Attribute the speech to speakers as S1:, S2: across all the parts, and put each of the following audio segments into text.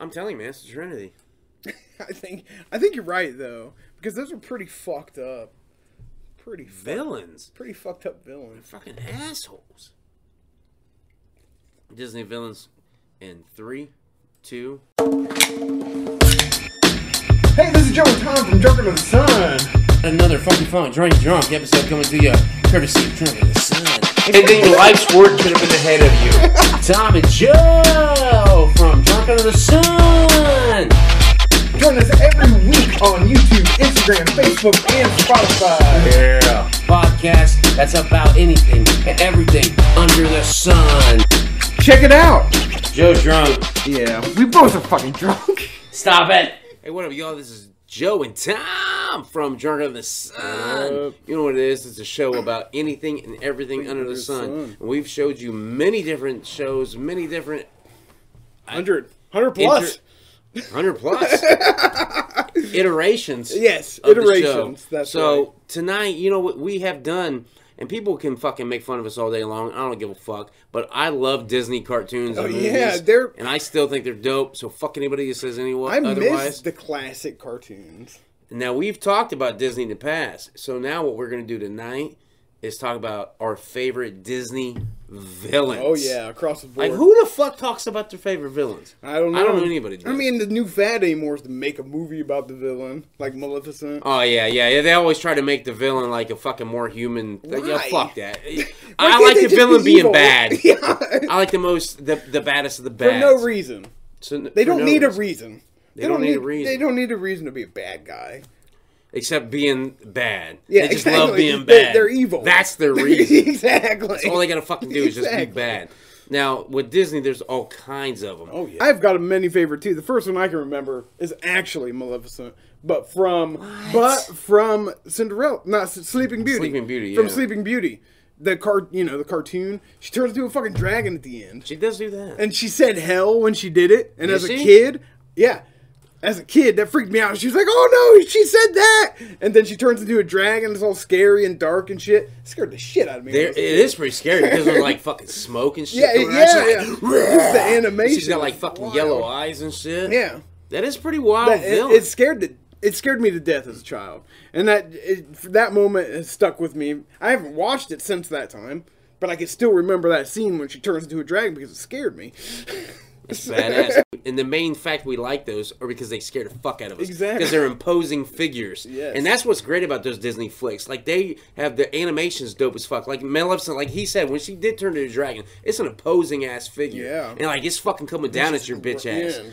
S1: I'm telling you, man, it's Trinity.
S2: I think I think you're right though, because those are pretty fucked up, pretty fu-
S1: Villains.
S2: pretty fucked up villains.
S1: Fucking assholes. Disney villains in three, two.
S3: Hey, this is Joe and Tom from Joker to the Sun.
S4: Another fucking fun drunk drunk episode coming to you courtesy of Drunk in the Sun.
S5: And then your life's work could have been ahead of you.
S4: Tom and Joe from Drunk Under the Sun.
S3: Join us every week on YouTube, Instagram, Facebook, and Spotify.
S5: Yeah.
S4: Podcast that's about anything and everything under the sun.
S3: Check it out.
S4: Joe drunk.
S3: Yeah, we both are fucking drunk.
S4: Stop it.
S1: Hey, what up, y'all? This is Joe and Tom from Drunk Under the Sun.
S2: What up?
S1: You know what it is? It's a show about anything and everything under the
S2: the
S1: sun.
S2: sun.
S1: And we've showed you many different shows, many different
S2: Hundred, hundred plus.
S1: Inter- hundred plus iterations.
S2: Yes,
S1: of the
S2: iterations,
S1: show.
S2: that's
S1: so
S2: right.
S1: tonight, you know what we have done, and people can fucking make fun of us all day long. I don't give a fuck. But I love Disney cartoons. and
S2: Oh, yeah,
S1: movies,
S2: they're-
S1: and I still think they're dope. So fuck anybody that says anyone
S2: I miss
S1: otherwise.
S2: the classic cartoons.
S1: Now we've talked about Disney in the past, so now what we're gonna do tonight is talk about our favorite Disney villains.
S2: Oh yeah, across the board.
S1: Like who the fuck talks about their favorite villains?
S2: I don't know.
S1: I don't know anybody.
S2: I
S1: does.
S2: mean, the new fad anymore is to make a movie about the villain, like Maleficent.
S1: Oh yeah, yeah, yeah. They always try to make the villain like a fucking more human. Thing. Yeah,
S2: Why?
S1: fuck that.
S2: Why
S1: I
S2: can't
S1: like
S2: they
S1: the
S2: just be
S1: villain being
S2: evil?
S1: bad.
S2: yeah.
S1: I like the most the the baddest of the
S2: For
S1: bad.
S2: no reason.
S1: So, n-
S2: They
S1: for
S2: don't
S1: no
S2: need a reason. They,
S1: don't need a reason.
S2: They don't need a reason to be a bad guy.
S1: except being bad.
S2: Yeah,
S1: they just
S2: exactly.
S1: love being
S2: They're-
S1: bad.
S2: they're evil.
S1: That's their reason.
S2: exactly.
S1: That's all they gotta fucking do is just be
S2: Exactly.
S1: bad. Now with Disney, there's all kinds of them.
S2: Oh yeah. I've got a many favorite too. The first one I can remember is actually Maleficent, but from but from Cinderella, not S- Sleeping Beauty.
S1: Sleeping Beauty,
S2: From
S1: yeah.
S2: Sleeping Beauty, the card, you know, the cartoon. She turns into a fucking dragon at the end,
S1: She does do that.
S2: and she said hell when she did it. And
S1: Did
S2: as a
S1: she?
S2: kid, yeah. As a kid, that freaked me out. She was like, "Oh no, she said that!" And then she turns into a dragon. It's all scary and dark and shit. Scared the shit out of me. when
S1: There,
S2: I
S1: it
S2: was a kid.
S1: is pretty scary because there's like fucking smoke and shit.
S2: Yeah,
S1: going
S2: it-
S1: on.
S2: yeah,
S1: She's
S2: yeah.
S1: like,
S2: Just the animation.
S1: She's got like
S2: was
S1: fucking
S2: wild.
S1: yellow eyes Oh, and shit.
S2: Yeah.
S1: that is pretty wild.
S2: That- it,
S1: villain.
S2: it scared the, it scared me to death as a child, and that it, for that moment has stuck with me. I haven't watched it since that time, but I can still remember that scene when she turns into a dragon because it scared me.
S1: It's badass. and the main fact we like those are because they scare the fuck out of us.
S2: Exactly.
S1: Because they're imposing figures.
S2: Yes.
S1: And that's what's great about those Disney flicks. Like they have the animations dope as fuck. Like Maleficent, like he said, when she did turn into a dragon, it's an opposing ass figure.
S2: Yeah.
S1: And like it's fucking coming down at your bitch ass.
S2: Yeah.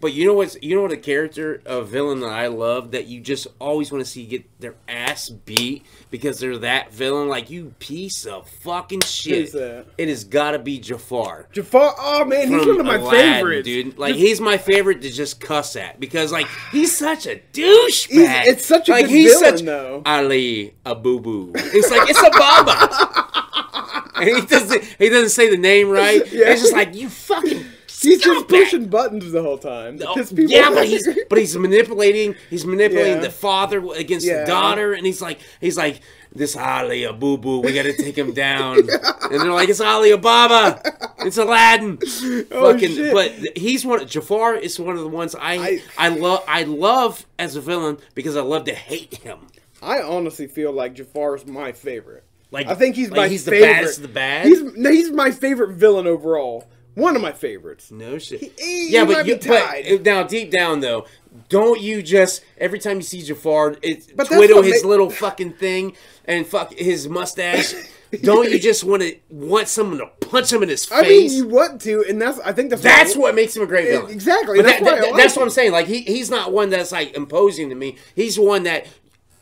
S1: But you know what's you know what a character a villain that I love that you just always want to see get their ass beat because they're that villain like you piece of fucking shit.
S2: Who's that?
S1: It has got to be Jafar
S2: Jafar, oh man, he's
S1: from
S2: one of my
S1: Aladdin,
S2: favorites,
S1: dude. Like he's my favorite to just cuss at because like he's such a douchebag.
S2: He's- it's such a
S1: like,
S2: good
S1: he's
S2: villain,
S1: such
S2: though.
S1: Ali a boo boo. It's like it's a baba. and he doesn't he doesn't say the name right.
S2: Yeah.
S1: It's just like you fucking.
S2: He's just
S1: stop that."
S2: pushing buttons the whole time. to
S1: Oh,
S2: piss people
S1: yeah,
S2: off.
S1: but he's but he's manipulating. He's manipulating
S2: Yeah.
S1: the father against the
S2: Yeah.
S1: daughter, and he's like he's like this Ali a boo boo. We got to take him down, and they're like it's Ali Baba, it's Aladdin. Fucking,
S2: Oh, shit.
S1: but th- he's one. Jafar is one of the ones I
S2: I-
S1: I, love I love as a villain because I love to hate him.
S2: I honestly feel like Jafar is my favorite.
S1: Like-
S2: I think he's
S1: like
S2: my
S1: he's the
S2: favorite.
S1: baddest of the bad?
S2: He's no, he's my favorite villain overall. One of my favorites.
S1: No shit.
S2: he-
S1: yeah,
S2: he
S1: but
S2: might
S1: you,
S2: be
S1: but
S2: tied.
S1: now deep down though, don't you just every time you see Jafar, it
S2: But that's
S1: twiddle
S2: what
S1: his
S2: ma-
S1: little fucking thing and fuck his mustache? don't you just want to want someone to punch him in his face?
S2: I mean, you want to, and that's I think that's
S1: that's
S2: what.
S1: what makes him a great villain.
S2: exactly,
S1: But
S2: that's
S1: that-
S2: why I
S1: that-
S2: like
S1: that's what
S2: him.
S1: I'm saying. Like he, he's not one that's like imposing to me. He's one that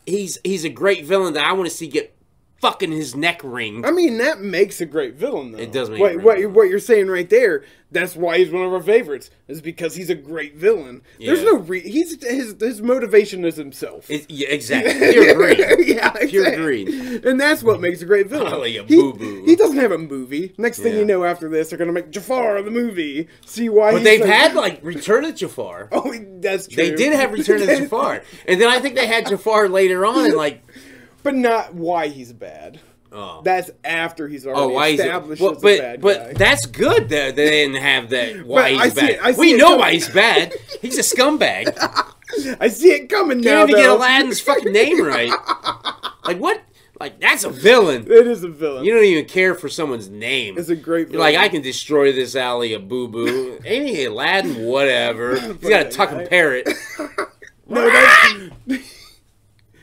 S1: he's he's a great villain that I want to see get fucking his neck ringed.
S2: I mean, that makes a great villain, though. It
S1: does make a
S2: what,
S1: great
S2: what,
S1: villain.
S2: what you're saying right there. That's why he's one of our favorites. Is because he's a great villain. There's
S1: Yeah.
S2: no re- he's his his motivation is himself.
S1: It- yeah, exactly. You're great.
S2: yeah,
S1: Pure
S2: exactly.
S1: greed.
S2: and that's what makes a great villain.
S1: Golly, a
S2: he,
S1: boo-boo.
S2: he doesn't have a movie. Next thing
S1: Yeah.
S2: you know, after this, they're gonna make Jafar the movie. See why?
S1: But
S2: he's
S1: they've
S2: so-
S1: had like Return of Jafar.
S2: Oh, that's true.
S1: They did have Return of Jafar, and then I think they had Jafar later on, and like
S2: but not why he's bad.
S1: Oh.
S2: That's after he's already
S1: Oh, why is it?
S2: established
S1: Well,
S2: as a
S1: but
S2: bad guy.
S1: but that's good that they didn't have that. Why
S2: I
S1: he's
S2: see
S1: bad?
S2: it- I see
S1: we
S2: it
S1: know
S2: coming.
S1: why he's bad. He's a scumbag.
S2: I see it coming
S1: You
S2: now.
S1: didn't even get
S2: though.
S1: Aladdin's fucking name right. Like what? Like that's a villain.
S2: It is a villain.
S1: You don't even care for someone's name.
S2: It's a great
S1: You're like
S2: villain.
S1: I can destroy this alley of boo boo. Ain't he Aladdin? Whatever. He's got a
S2: Fucking
S1: tuck
S2: guy.
S1: and parrot.
S2: no, that's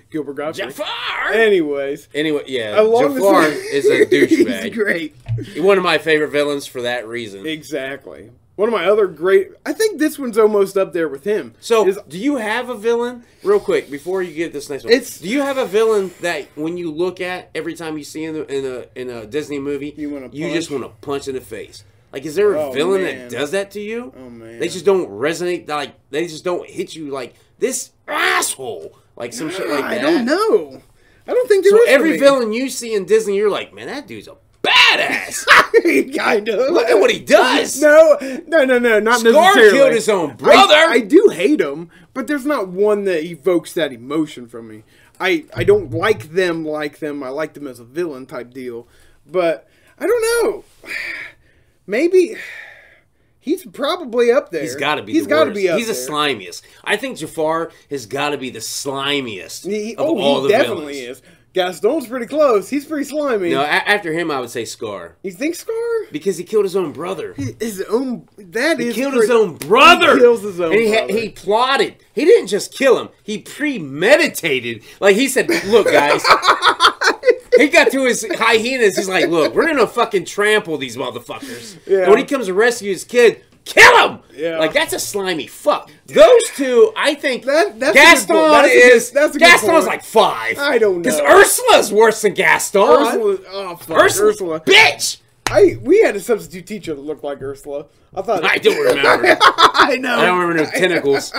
S2: Gilbert Godfrey.
S1: Jafar.
S2: Anyways,
S1: Anyway, yeah,
S2: along the
S1: Jafar
S2: same-
S1: is a
S2: He's
S1: douchebag.
S2: great.
S1: One of my favorite villains for that reason.
S2: Exactly. One of my other great. I think this one's almost up there with him.
S1: So,
S2: Is-
S1: do you have a villain, real quick, before you get this next one?
S2: It's-
S1: do you have a villain that when you look at every time you see in, the, in a in a Disney movie,
S2: You wanna
S1: you just
S2: punch?
S1: want to punch in the face? Like, is there a
S2: Oh,
S1: villain
S2: man.
S1: that does that to you?
S2: Oh, man.
S1: they just don't resonate. Like, they just don't hit you like this asshole, like some shit like that.
S2: I don't know. I don't think there
S1: So
S2: is for
S1: every
S2: me.
S1: villain you see in Disney, you're like, man, that dude's a badass.
S2: kind of.
S1: Look at what he does.
S2: No, no, no, no, not
S1: Scar
S2: necessarily.
S1: killed his own brother.
S2: I, I do hate him, but there's not one that evokes that emotion from me. I I don't like them like them. I like them as a villain type deal, but I don't know. Maybe he's probably up there.
S1: He's got to be.
S2: He's
S1: the
S2: gotta
S1: worst.
S2: be up
S1: He's
S2: there.
S1: the slimiest. I think Jafar has got to be the slimiest
S2: He,
S1: of
S2: oh,
S1: all
S2: he
S1: the
S2: definitely
S1: villains.
S2: is. Gaston's pretty close. He's pretty slimy.
S1: No, a- after him, I would say Scar
S2: you think Scar?
S1: because he killed his own brother. He
S2: His own. That is
S1: killed
S2: pretty-
S1: his own brother.
S2: He kills his own
S1: And he, ha-
S2: brother.
S1: he plotted. He didn't just kill him. He premeditated. Like he said, "Look, guys." He got to his hyenas. He's like, "Look, we're gonna fucking trample these motherfuckers."
S2: Yeah.
S1: And when he comes to rescue his kid, kill him.
S2: Yeah.
S1: Like that's a slimy fuck. Those two, I think
S2: That- that's a good
S1: Gaston
S2: point. That's a good-
S1: is
S2: that's a good
S1: Gaston's
S2: point.
S1: like five.
S2: I don't
S1: Because
S2: know.
S1: Ursula's worse than Gaston.
S2: Ursula. Oh, fuck.
S1: Ursula,
S2: Ursula.
S1: bitch.
S2: I we had a substitute teacher that looked like Ursula. I thought
S1: I don't remember.
S2: I know,
S1: I don't remember no tentacles.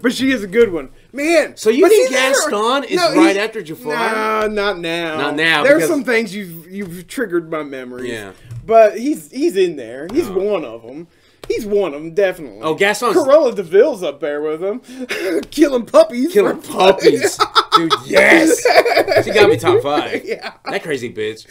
S2: but she is a good one, man.
S1: So you
S2: but
S1: think
S2: see, there are-
S1: Gaston is
S2: No,
S1: right
S2: he-
S1: after Jafar?
S2: Nah, not now.
S1: Not now,
S2: There's
S1: because-
S2: some things you've you've triggered my memories.
S1: Yeah.
S2: but he's he's in there. He's one of them. He's one of them, definitely.
S1: Oh, Gaston's
S2: Corolla Deville's up there with him, killing puppies.
S1: killing puppies, dude. Yes, she got me top five.
S2: Yeah.
S1: that crazy bitch.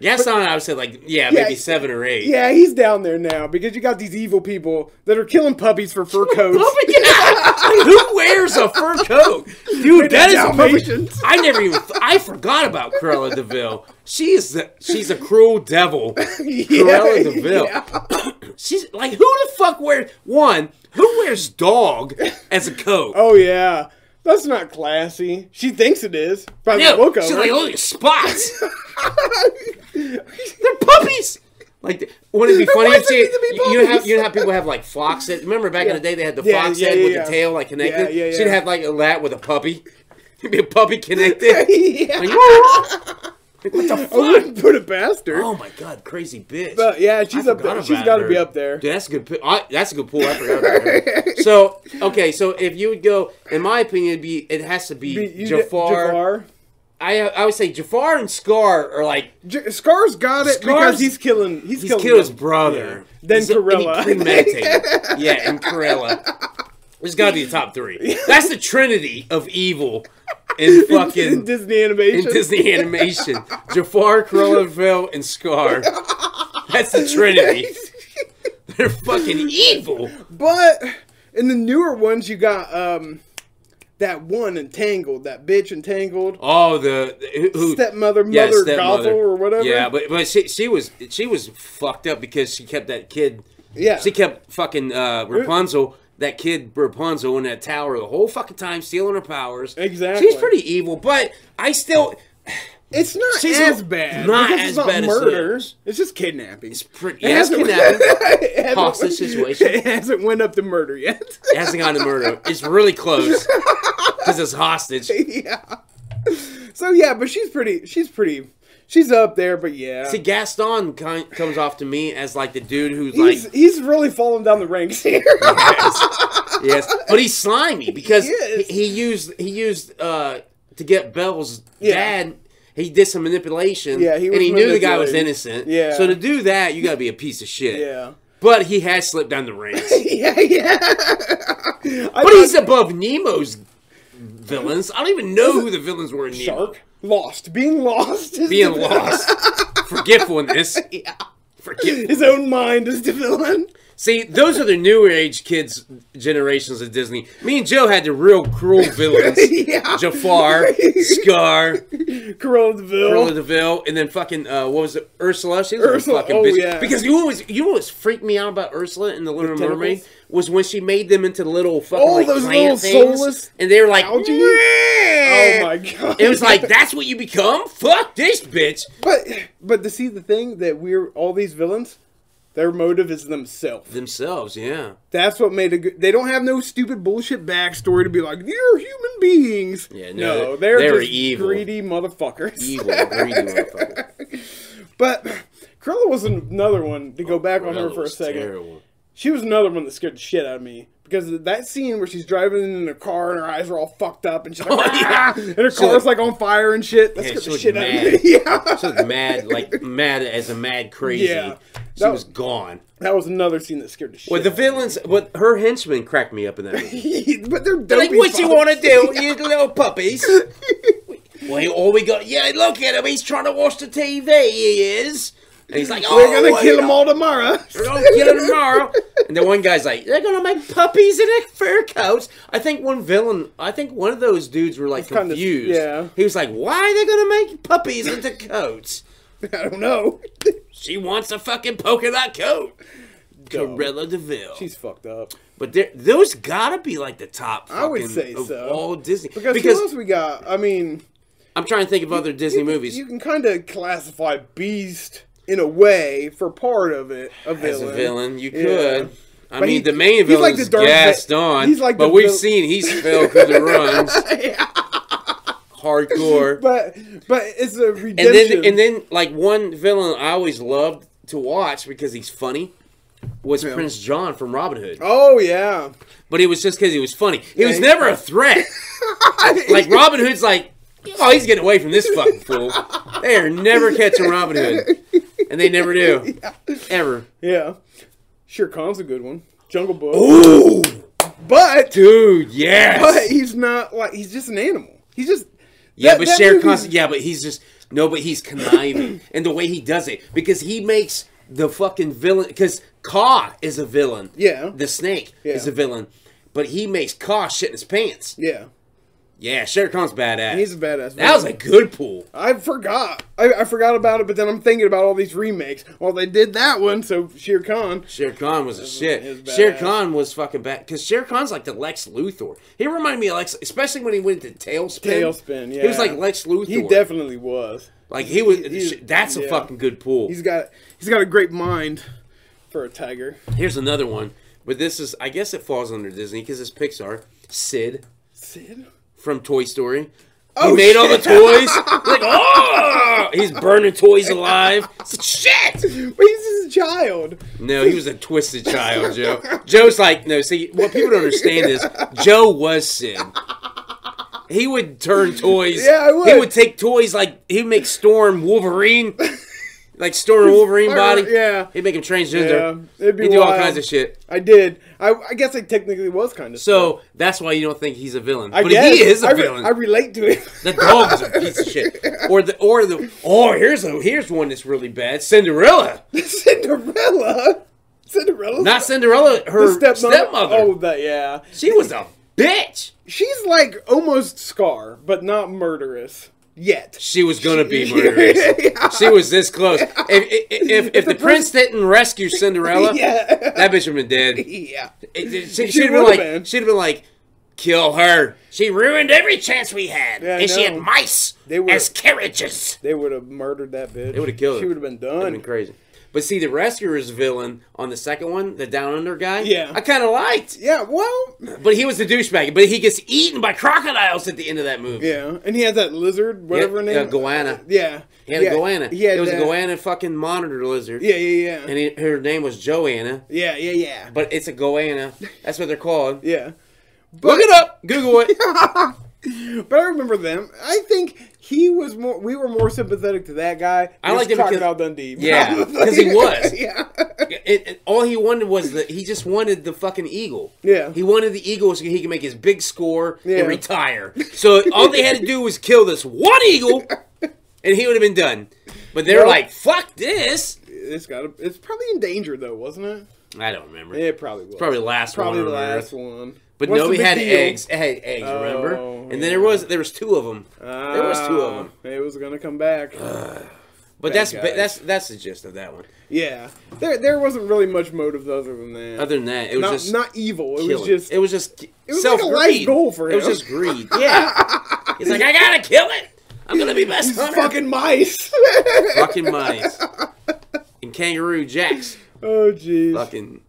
S1: Gaston, I would say like yeah, maybe seven or eight.
S2: Yeah, he's down there now because you got these evil people that are killing puppies for fur coats.
S1: Oh my God. Who wears a fur coat, dude? That is amazing.
S2: Dalmatians.
S1: I never even I forgot about Cruella Deville. She is the, she's a cruel devil. Cruella Deville. She's like who the fuck wears one? Who wears dog as a coat?
S2: Oh yeah, that's not classy. She thinks it is by
S1: No,
S2: the look of
S1: she's
S2: it.
S1: like, look at spots. They're puppies. Like, wouldn't it be funny
S2: Why
S1: if
S2: does it
S1: she,
S2: need to be
S1: you know how
S2: puppies?
S1: you know how people have like fox head. Remember back in the day they had the
S2: Yeah,
S1: fox
S2: yeah,
S1: head
S2: yeah,
S1: with
S2: yeah.
S1: the tail like connected.
S2: Yeah, yeah,
S1: She'd
S2: yeah.
S1: have like a lat with a puppy. It'd be a puppy connected.
S2: yeah.
S1: "Oh, Like, what the
S2: I
S1: fuck?
S2: wouldn't put it past her.
S1: Oh my god, crazy bitch.
S2: But yeah, she's
S1: I
S2: up
S1: forgot
S2: there. She's
S1: about
S2: got to
S1: her.
S2: be up there.
S1: Dude, that's a good. pi- I, that's a good pull. I forgot about her. So okay, so if you would go, in my opinion, it'd be it has to be,
S2: You- you-
S1: Jafar.
S2: Jafar.
S1: I I would say Jafar and Scar are like
S2: J- Scar's got it because
S1: Scar's-
S2: he's killing. He's,
S1: he's
S2: killing
S1: killed his
S2: them.
S1: brother.
S2: Yeah. Then
S1: He's- and he
S2: Cruella.
S1: premeditated. yeah, and Corella. There's got to be the top three. That's the trinity of evil in
S2: in
S1: fucking
S2: Disney animation.
S1: in Disney animation: Jafar, Cruella, Vil, and Scar. That's the trinity. They're fucking evil.
S2: But in the newer ones, you got um that one entangled, that bitch entangled.
S1: Oh, the who- who,
S2: Stepmother, mother, gothel, or whatever.
S1: Yeah, but but she she was she was fucked up because she kept that kid.
S2: Yeah.
S1: she kept fucking uh, Rapunzel. That kid Rapunzel in that tower the whole fucking time, stealing her powers.
S2: Exactly.
S1: She's pretty evil, but I still
S2: It's not
S1: She's
S2: as
S1: not-
S2: bad.
S1: not
S2: because
S1: as
S2: it's not
S1: bad as
S2: murder.
S1: it is.
S2: It's just kidnapping. It's
S1: pretty. Yeah, it's kidnapping. Hostage situation.
S2: It hasn't went up to murder yet.
S1: It hasn't gotten to murder. It's really close because it's hostage.
S2: yeah. So yeah, but she's pretty. She's pretty. She's up there, but yeah.
S1: See, Gaston kind, comes off to me as like the dude who's
S2: he's
S1: like
S2: he's really falling down the ranks here.
S1: yes, but he's slimy because
S2: He
S1: he,
S2: is.
S1: he used he used uh to get Bell's
S2: Yeah.
S1: dad. He did some manipulation.
S2: Yeah, he was
S1: and he knew the guy was
S2: manipulating.
S1: innocent.
S2: Yeah.
S1: So to do that, you got to be a piece of shit.
S2: yeah.
S1: But he has slipped down the ranks.
S2: Yeah, yeah.
S1: but he's above Nemo's villains. I don't even know who the villains were in Nemo.
S2: shark. lost. Being lost is
S1: being
S2: the-
S1: lost, forgetfulness. Yeah. Forget.
S2: His own mind is the villain.
S1: See, those are the newer age kids generations of Disney. Me and Joe had the real cruel villains:
S2: Yeah.
S1: Jafar, Scar,
S2: Cruella de Vil.
S1: Cruella Deville, and then fucking uh, what was it? Ursula. She was
S2: Ursula,
S1: a fucking
S2: oh,
S1: bitch.
S2: yeah.
S1: Because you always you always freaked me out about Ursula and the Little
S2: tentacles?
S1: Mermaid was when she made them into little fucking
S2: Oh,
S1: like,
S2: those
S1: plant
S2: little
S1: things,
S2: soulless
S1: and they were like,
S2: algae?
S1: "Meh."
S2: Oh my god.
S1: It was like that's what you become. Fuck this bitch.
S2: But but to see the thing that we're all these villains, their motive is themselves.
S1: Themselves, yeah.
S2: That's what made a good. They don't have no stupid bullshit backstory to be like you're human beings.
S1: Yeah,
S2: no,
S1: no,
S2: they're,
S1: they were
S2: just
S1: evil. E
S2: greedy motherfuckers.
S1: Evil, greedy motherfucker.
S2: But Cruella was another one to go back on her
S1: That Oh,
S2: for a
S1: was
S2: second.
S1: terrible.
S2: She was another one that scared the shit out of me because of that scene where she's driving in the car and her eyes are all fucked up and she's like,
S1: Oh, yeah.
S2: "Ah," and her
S1: She
S2: car's
S1: looked-
S2: like on fire and shit. That
S1: Yeah,
S2: scared
S1: she
S2: the
S1: looked
S2: shit out
S1: mad.
S2: of me. yeah,
S1: She was mad, like mad as a mad crazy.
S2: Yeah.
S1: She
S2: That-
S1: was gone.
S2: that was another scene that scared the shit.
S1: Well, the
S2: out of
S1: villains, but her henchmen cracked me up in that. Movie.
S2: me. but they're dopey
S1: like, what you
S2: fucks.
S1: want to do, you little puppies? well, all we got, yeah, look at him. He's trying to watch the TV. He is. And he's like, oh,
S2: We're gonna
S1: well,
S2: kill
S1: you
S2: them
S1: know,
S2: all tomorrow.
S1: We're gonna kill him tomorrow. and the one guy's like, they're gonna make puppies in their fur coats. I think one villain, I think one of those dudes were like
S2: kinda-
S1: confused.
S2: yeah.
S1: He was like, why are they gonna make puppies into coats?
S2: I don't know.
S1: She wants a fucking polka dot coat. Corella Deville.
S2: She's fucked up.
S1: but there- those gotta be like the top.
S2: I would
S1: fucking
S2: say
S1: of
S2: so.
S1: All Disney
S2: Because,
S1: because,
S2: who else we got? I mean,
S1: I'm trying to think of other Disney movies
S2: you can kind of classify Beast in a way for part of it. A villain.
S1: as a villain. You
S2: Yeah.
S1: could. I
S2: But
S1: mean,
S2: he-
S1: the main
S2: he's
S1: villain
S2: like the
S1: is
S2: Darth Va-
S1: Gaston.
S2: he's like
S1: but
S2: the
S1: we've
S2: vil-
S1: seen he's fell through the runs. Hardcore.
S2: But but it's a redemption.
S1: and then and then like one villain I always loved to watch because he's funny was Prince John from Robin Hood.
S2: oh yeah.
S1: but it was just because he was funny. He was
S2: he-
S1: never a threat. like Robin Hood's like, oh, he's getting away from this fucking fool. They are never catching Robin Hood, and they never do, ever.
S2: Yeah. Sure Khan's a good one. Jungle Book.
S1: Ooh,
S2: But
S1: dude, yes.
S2: but he's not like he's just an animal. He's just
S1: yeah,
S2: that-
S1: but
S2: that
S1: Shere
S2: movie-
S1: Khan's yeah, but he's just no, but he's conniving, and the way he does it because he makes the fucking villain because Ka is a villain.
S2: Yeah.
S1: the snake
S2: Yeah.
S1: is a villain, but he makes Ka shit in his pants.
S2: Yeah.
S1: Yeah, Shere Khan's badass.
S2: He's a badass.
S1: that was a good pool.
S2: I forgot. I, I forgot about it, but then I'm thinking about all these remakes. Well, they did that one, so Shere Khan.
S1: Shere Khan was a
S2: it
S1: shit.
S2: was
S1: Shere
S2: badass.
S1: Khan was fucking bad because Shere Khan's like the Lex Luthor. He reminded me of Lex, especially when he went to Tailspin.
S2: Tailspin, yeah.
S1: he was like Lex Luthor.
S2: He definitely was.
S1: like he was.
S2: he-
S1: sh- that's a
S2: yeah.
S1: fucking good pool.
S2: He's got he's got a great mind for a tiger.
S1: Here's another one, but this is I guess it falls under Disney because it's Pixar. Sid
S2: Sid?
S1: from Toy Story.
S2: Oh,
S1: he made all the toys. like oh, he's burning toys alive. Shit.
S2: But he's just a child.
S1: No, he was a twisted child, Joe. Joe's like, no, see, what people don't understand is Joe was Sid. He would turn toys.
S2: Yeah, I would.
S1: He would take toys like he'd make Storm Wolverine, like Storm Wolverine body.
S2: yeah.
S1: he'd make him transgender.
S2: Yeah, it'd be
S1: he'd do all
S2: wild.
S1: kinds of shit.
S2: I did. I, I guess I technically was kind of.
S1: So that's why you don't think he's a villain,
S2: I
S1: but
S2: guess.
S1: he is a
S2: I re-
S1: villain.
S2: I relate to it.
S1: the dog is a piece of shit. Or the or the or here's a here's one that's really bad. Cinderella,
S2: Cinderella. Cinderella.
S1: not Cinderella, her stepmother.
S2: Oh, that yeah.
S1: She was a bitch.
S2: She's like almost Scar, but not murderous yet.
S1: She was gonna be murderous. She was this close. If, if, if, if the prince didn't rescue Cinderella,
S2: Yeah.
S1: that bitch would have been dead. It-
S2: Yeah.
S1: it- she,
S2: She
S1: would have been
S2: would've
S1: like,
S2: been.
S1: she'd have been like, kill her. She ruined every chance we had,
S2: Yeah, I
S1: and she had
S2: know.
S1: mice
S2: They were-
S1: as carriages.
S2: They would have murdered that bitch.
S1: They would have killed her.
S2: She would have been
S1: That'd
S2: done.
S1: been crazy. But see, the rescuer's villain on the second one, the down under guy,
S2: Yeah.
S1: I kind of liked.
S2: Yeah, well,
S1: But he was the douchebag. But he gets eaten by crocodiles at the end of that movie.
S2: yeah, and he had that lizard, whatever her
S1: Yeah,
S2: name.
S1: a goanna.
S2: Yeah,
S1: He had
S2: yeah.
S1: a goanna.
S2: He had
S1: it was
S2: that-
S1: a goanna fucking monitor lizard.
S2: Yeah, yeah, yeah,
S1: And he, her name was Joanna.
S2: yeah, yeah, yeah,
S1: But it's a goanna. That's what they're called.
S2: yeah.
S1: Look it up. Google it.
S2: But I remember them. I think he was more. We were more sympathetic to that guy.
S1: I liked
S2: than
S1: him because-
S2: Crocodile Dundee.
S1: Yeah,
S2: probably.
S1: 'cause he was.
S2: yeah.
S1: It, it- all he wanted was the he just wanted the fucking eagle.
S2: Yeah.
S1: He wanted the eagle so he could make his big score
S2: Yeah.
S1: and retire. So all they had to do was kill this one eagle, and he would have been done. But they're
S2: Well-
S1: like, "Fuck this!"
S2: It's got. to It's probably in danger though, wasn't it?
S1: I don't remember.
S2: It probably was.
S1: Probably the last
S2: Probably
S1: one.
S2: the
S1: on Earth.
S2: last one.
S1: But
S2: What's the
S1: no, we
S2: big
S1: had
S2: deal?
S1: eggs. It had eggs, remember?
S2: Oh,
S1: And then there was there was two of them. there was two of them.
S2: Ah, It was gonna come back.
S1: But that's
S2: guys.
S1: that's that's the gist of that one.
S2: yeah. There, there wasn't really much motive other than that.
S1: Other than that, it was
S2: not,
S1: just
S2: not evil. It
S1: killing.
S2: was just.
S1: it was just
S2: was like a
S1: self
S2: life
S1: greed.
S2: goal for
S1: It was
S2: him.
S1: just greed. Yeah, he's like, I gotta kill it. I'm gonna be best
S2: These
S1: hunter.
S2: fucking mice.
S1: Fucking mice and kangaroo jacks.
S2: oh jeez.
S1: Fucking,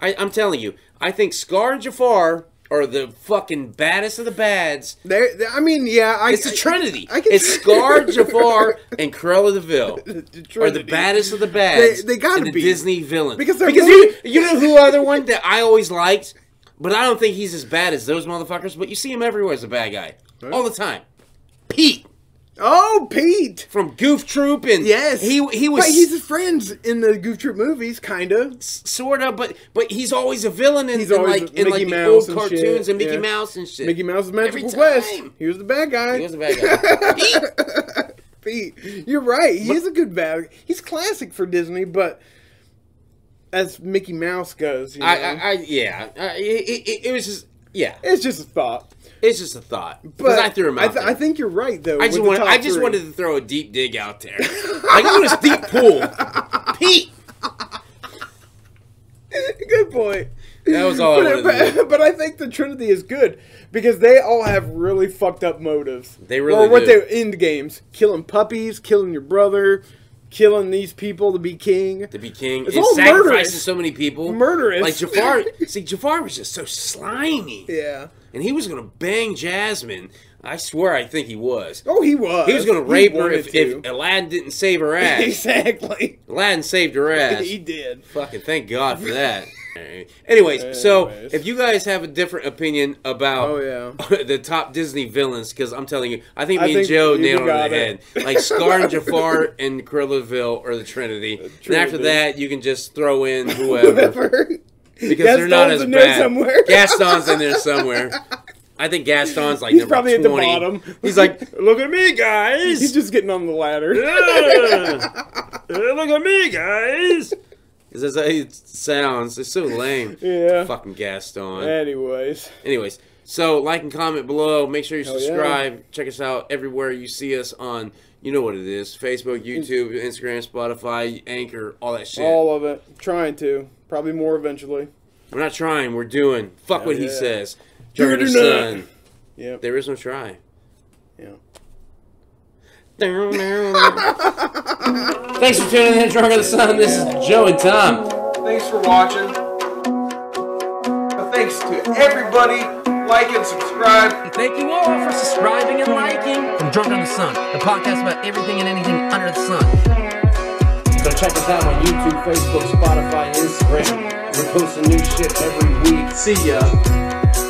S1: I, I'm telling you, I think Scar and Jafar are the fucking baddest of the bads.
S2: There, there- I mean, yeah, I,
S1: It's a trinity.
S2: I can-
S1: it's Scar, Jafar, and Cruella de Vil are the
S2: Trinity.
S1: baddest of the bads.
S2: They- they gotta
S1: in the
S2: be.
S1: Disney villain
S2: Because they're
S1: you,
S2: really-
S1: you know who other one that I always liked, but I don't think he's as bad as those motherfuckers. But you see him everywhere as a bad guy all the time. Pete
S2: Oh, Pete.
S1: from Goof Troop and
S2: Yes,
S1: he he
S2: But
S1: was
S2: he's his friends in the Goof Troop movies, kind of.
S1: sort of, but but he's always a villain in,
S2: He's
S1: in
S2: always
S1: like in
S2: Mickey
S1: like the
S2: Mouse
S1: old
S2: and
S1: cartoons
S2: shit,
S1: and Mickey
S2: yeah.
S1: Mouse and shit.
S2: Mickey Mouse's Magical
S1: Every
S2: Quest.
S1: time.
S2: He was the bad guy.
S1: He was a bad guy. Pete.
S2: Pete. You're right. He is a good bad. He's classic for Disney, but as Mickey Mouse goes, you know,
S1: I, I, I yeah. I, it, it, it was just yeah.
S2: it's just a thought.
S1: It's just a thought. Because
S2: But
S1: I threw him out.
S2: I,
S1: there.
S2: th- I think you're right, though.
S1: I just wanted. I just wanted to throw a deep dig out there. like it was deep pool. Pete.
S2: good point.
S1: That was all I
S2: But,
S1: wanted to do.
S2: but, but I think the Trinity is good because they all have really fucked up motives.
S1: They really
S2: or what
S1: do.
S2: their end games: killing puppies, killing your brother, killing these people to be king.
S1: To be king,
S2: It's
S1: and
S2: all
S1: sacrificing
S2: murderous.
S1: so many people.
S2: Murderous.
S1: Like Jafar. see, Jafar was just so slimy,
S2: Yeah.
S1: and he was gonna bang Jasmine. I swear, I think he was.
S2: Oh, he was.
S1: He was gonna rape her
S2: wanted
S1: if,
S2: to.
S1: if Aladdin didn't save her ass.
S2: exactly.
S1: Aladdin saved her ass.
S2: He did.
S1: Fucking thank God for that. Anyways, so
S2: Anyways.
S1: if you guys have a different opinion about
S2: Oh, yeah.
S1: the top Disney villains, because I'm telling you, I think
S2: I
S1: me and
S2: think
S1: Joe
S2: you
S1: nailed it on
S2: got
S1: the head.
S2: it.
S1: Like Scar and Jafar and Krillaville are the Trinity. And after
S2: Trinity.
S1: that, you can just throw in whoever because they're not
S2: Gaston's
S1: as
S2: in there
S1: bad.
S2: somewhere.
S1: Gaston's in there somewhere. I think Gaston's like
S2: He's
S1: number
S2: probably at
S1: 20.
S2: the bottom.
S1: He's like, look at me, guys.
S2: He's just getting on the ladder.
S1: "Ah, look at me, guys. Is this how it sounds? It's so lame.
S2: Yeah.
S1: Fucking Gaston.
S2: Anyways,
S1: Anyways, so like and comment below. Make sure you
S2: yeah.
S1: subscribe. Check us out everywhere you see us on. You know what it is: Facebook, YouTube, Instagram, Spotify, Anchor, all that shit.
S2: all of it. Trying to. Probably more eventually.
S1: we're not trying. We're doing. Fuck what he
S2: yeah.
S1: says.
S2: Do
S1: Turn
S2: it or
S1: the
S2: not.
S1: sun.
S2: Yep.
S1: There is no try.
S2: Yeah.
S1: Down, down, down.
S4: Thanks for tuning in, Drunk of the Sun. This is Joe and Tom.
S3: Thanks for watching. Thanks to everybody. Like and subscribe.
S4: Thank you all for subscribing and liking. From Drunk on the Sun, the podcast about everything and anything under the sun.
S5: So check us out on YouTube, Facebook, Spotify, Instagram. We're posting new shit every week. See ya.